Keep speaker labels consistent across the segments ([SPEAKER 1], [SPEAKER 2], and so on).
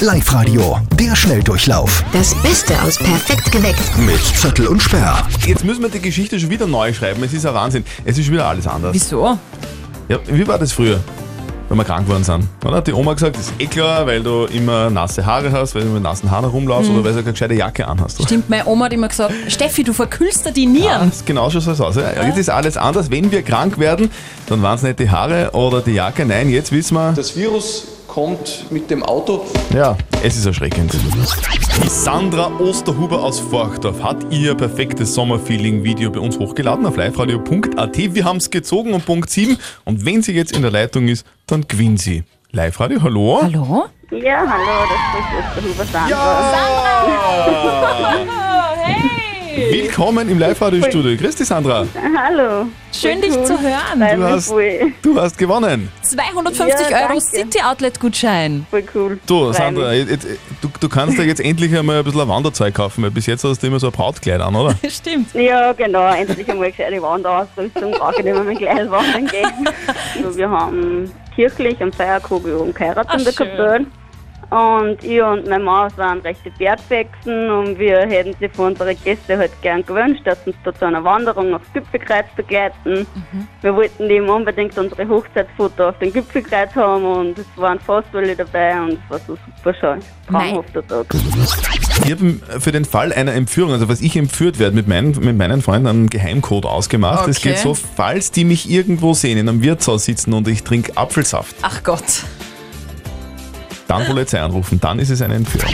[SPEAKER 1] Live-Radio, der Schnelldurchlauf
[SPEAKER 2] Das Beste aus Perfekt geweckt.
[SPEAKER 1] mit Zettel und Sperr.
[SPEAKER 3] Jetzt müssen wir die Geschichte schon wieder neu schreiben. Es ist ein Wahnsinn. Es ist wieder alles anders.
[SPEAKER 4] Wieso?
[SPEAKER 3] Ja, wie war das früher, wenn wir krank geworden sind? Oder? Hat die Oma gesagt, das ist eh klar, weil du immer nasse Haare hast, weil du mit nassen Haaren rumlaufst oder weil du keine gescheite Jacke anhast. oder?
[SPEAKER 4] Stimmt, meine Oma hat immer gesagt, Steffi, du verkühlst dir die Nieren.
[SPEAKER 3] Das genau so soll es aus. Ja, Jetzt ist alles anders. Wenn wir krank werden, dann waren es nicht die Haare oder die Jacke. Nein, jetzt wissen wir,
[SPEAKER 5] Das Virus kommt mit dem Auto.
[SPEAKER 3] ja, es ist erschreckend. Die Sandra Osterhuber aus Forchdorf hat ihr perfektes Sommerfeeling-Video bei uns hochgeladen auf liveradio.at. Wir haben es gezogen und Punkt 7. Und wenn sie jetzt in der Leitung ist, dann gewinnt sie. Live-Radio, hallo?
[SPEAKER 4] Hallo?
[SPEAKER 6] Ja, hallo, das ist Osterhuber Sandra.
[SPEAKER 3] Sandra!
[SPEAKER 6] Oh,
[SPEAKER 3] Willkommen im Live-Radio-Studio. Grüß dich, Sandra.
[SPEAKER 6] Hallo.
[SPEAKER 4] Schön, dich zu hören.
[SPEAKER 6] Nein,
[SPEAKER 3] Du hast,
[SPEAKER 6] voll,
[SPEAKER 3] du hast gewonnen.
[SPEAKER 4] 250
[SPEAKER 6] Ja,
[SPEAKER 4] Euro
[SPEAKER 6] danke.
[SPEAKER 4] City-Outlet-Gutschein.
[SPEAKER 6] voll cool.
[SPEAKER 3] Du,
[SPEAKER 6] Freu
[SPEAKER 3] Sandra,
[SPEAKER 6] mich.
[SPEAKER 3] jetzt, jetzt- du, du kannst dir jetzt endlich einmal ein bisschen ein Wanderzeug kaufen, weil bis jetzt hast du immer so ein Brautkleid an, oder?
[SPEAKER 4] Stimmt.
[SPEAKER 6] Ja, genau, endlich einmal gescheite Wanderausrüstung. Brauche ich nicht mehr mein kleines Wandern gehen. so, wir haben kirchlich am Feierkugel und geheiratet in der
[SPEAKER 4] schön.
[SPEAKER 6] Kapelle. Und ich und mein Mann sind rechte Bergfexen und wir hätten sie für unsere Gäste halt gern gewünscht, dass uns da zu einer Wanderung aufs Gipfelkreuz begleiten. Wir wollten eben unbedingt unsere Hochzeitsfoto auf dem Gipfelkreuz haben und es waren fast alle dabei und es war so super schön. Traumhafter Tag.
[SPEAKER 3] Ich habe für den Fall einer Entführung, also was ich entführt werde, mit meinen, mit meinen Freunden einen Geheimcode ausgemacht. Es
[SPEAKER 4] Okay.
[SPEAKER 3] geht so, falls die mich irgendwo sehen, in einem Wirtshaus sitzen und ich trinke Apfelsaft,
[SPEAKER 4] Ach Gott.
[SPEAKER 3] dann Polizei anrufen, dann ist es eine Entführung.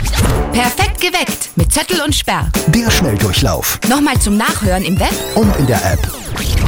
[SPEAKER 2] Perfekt geweckt mit Zettel und Sperr.
[SPEAKER 1] Der Schnelldurchlauf
[SPEAKER 2] Nochmal zum Nachhören im Web
[SPEAKER 1] und in der App.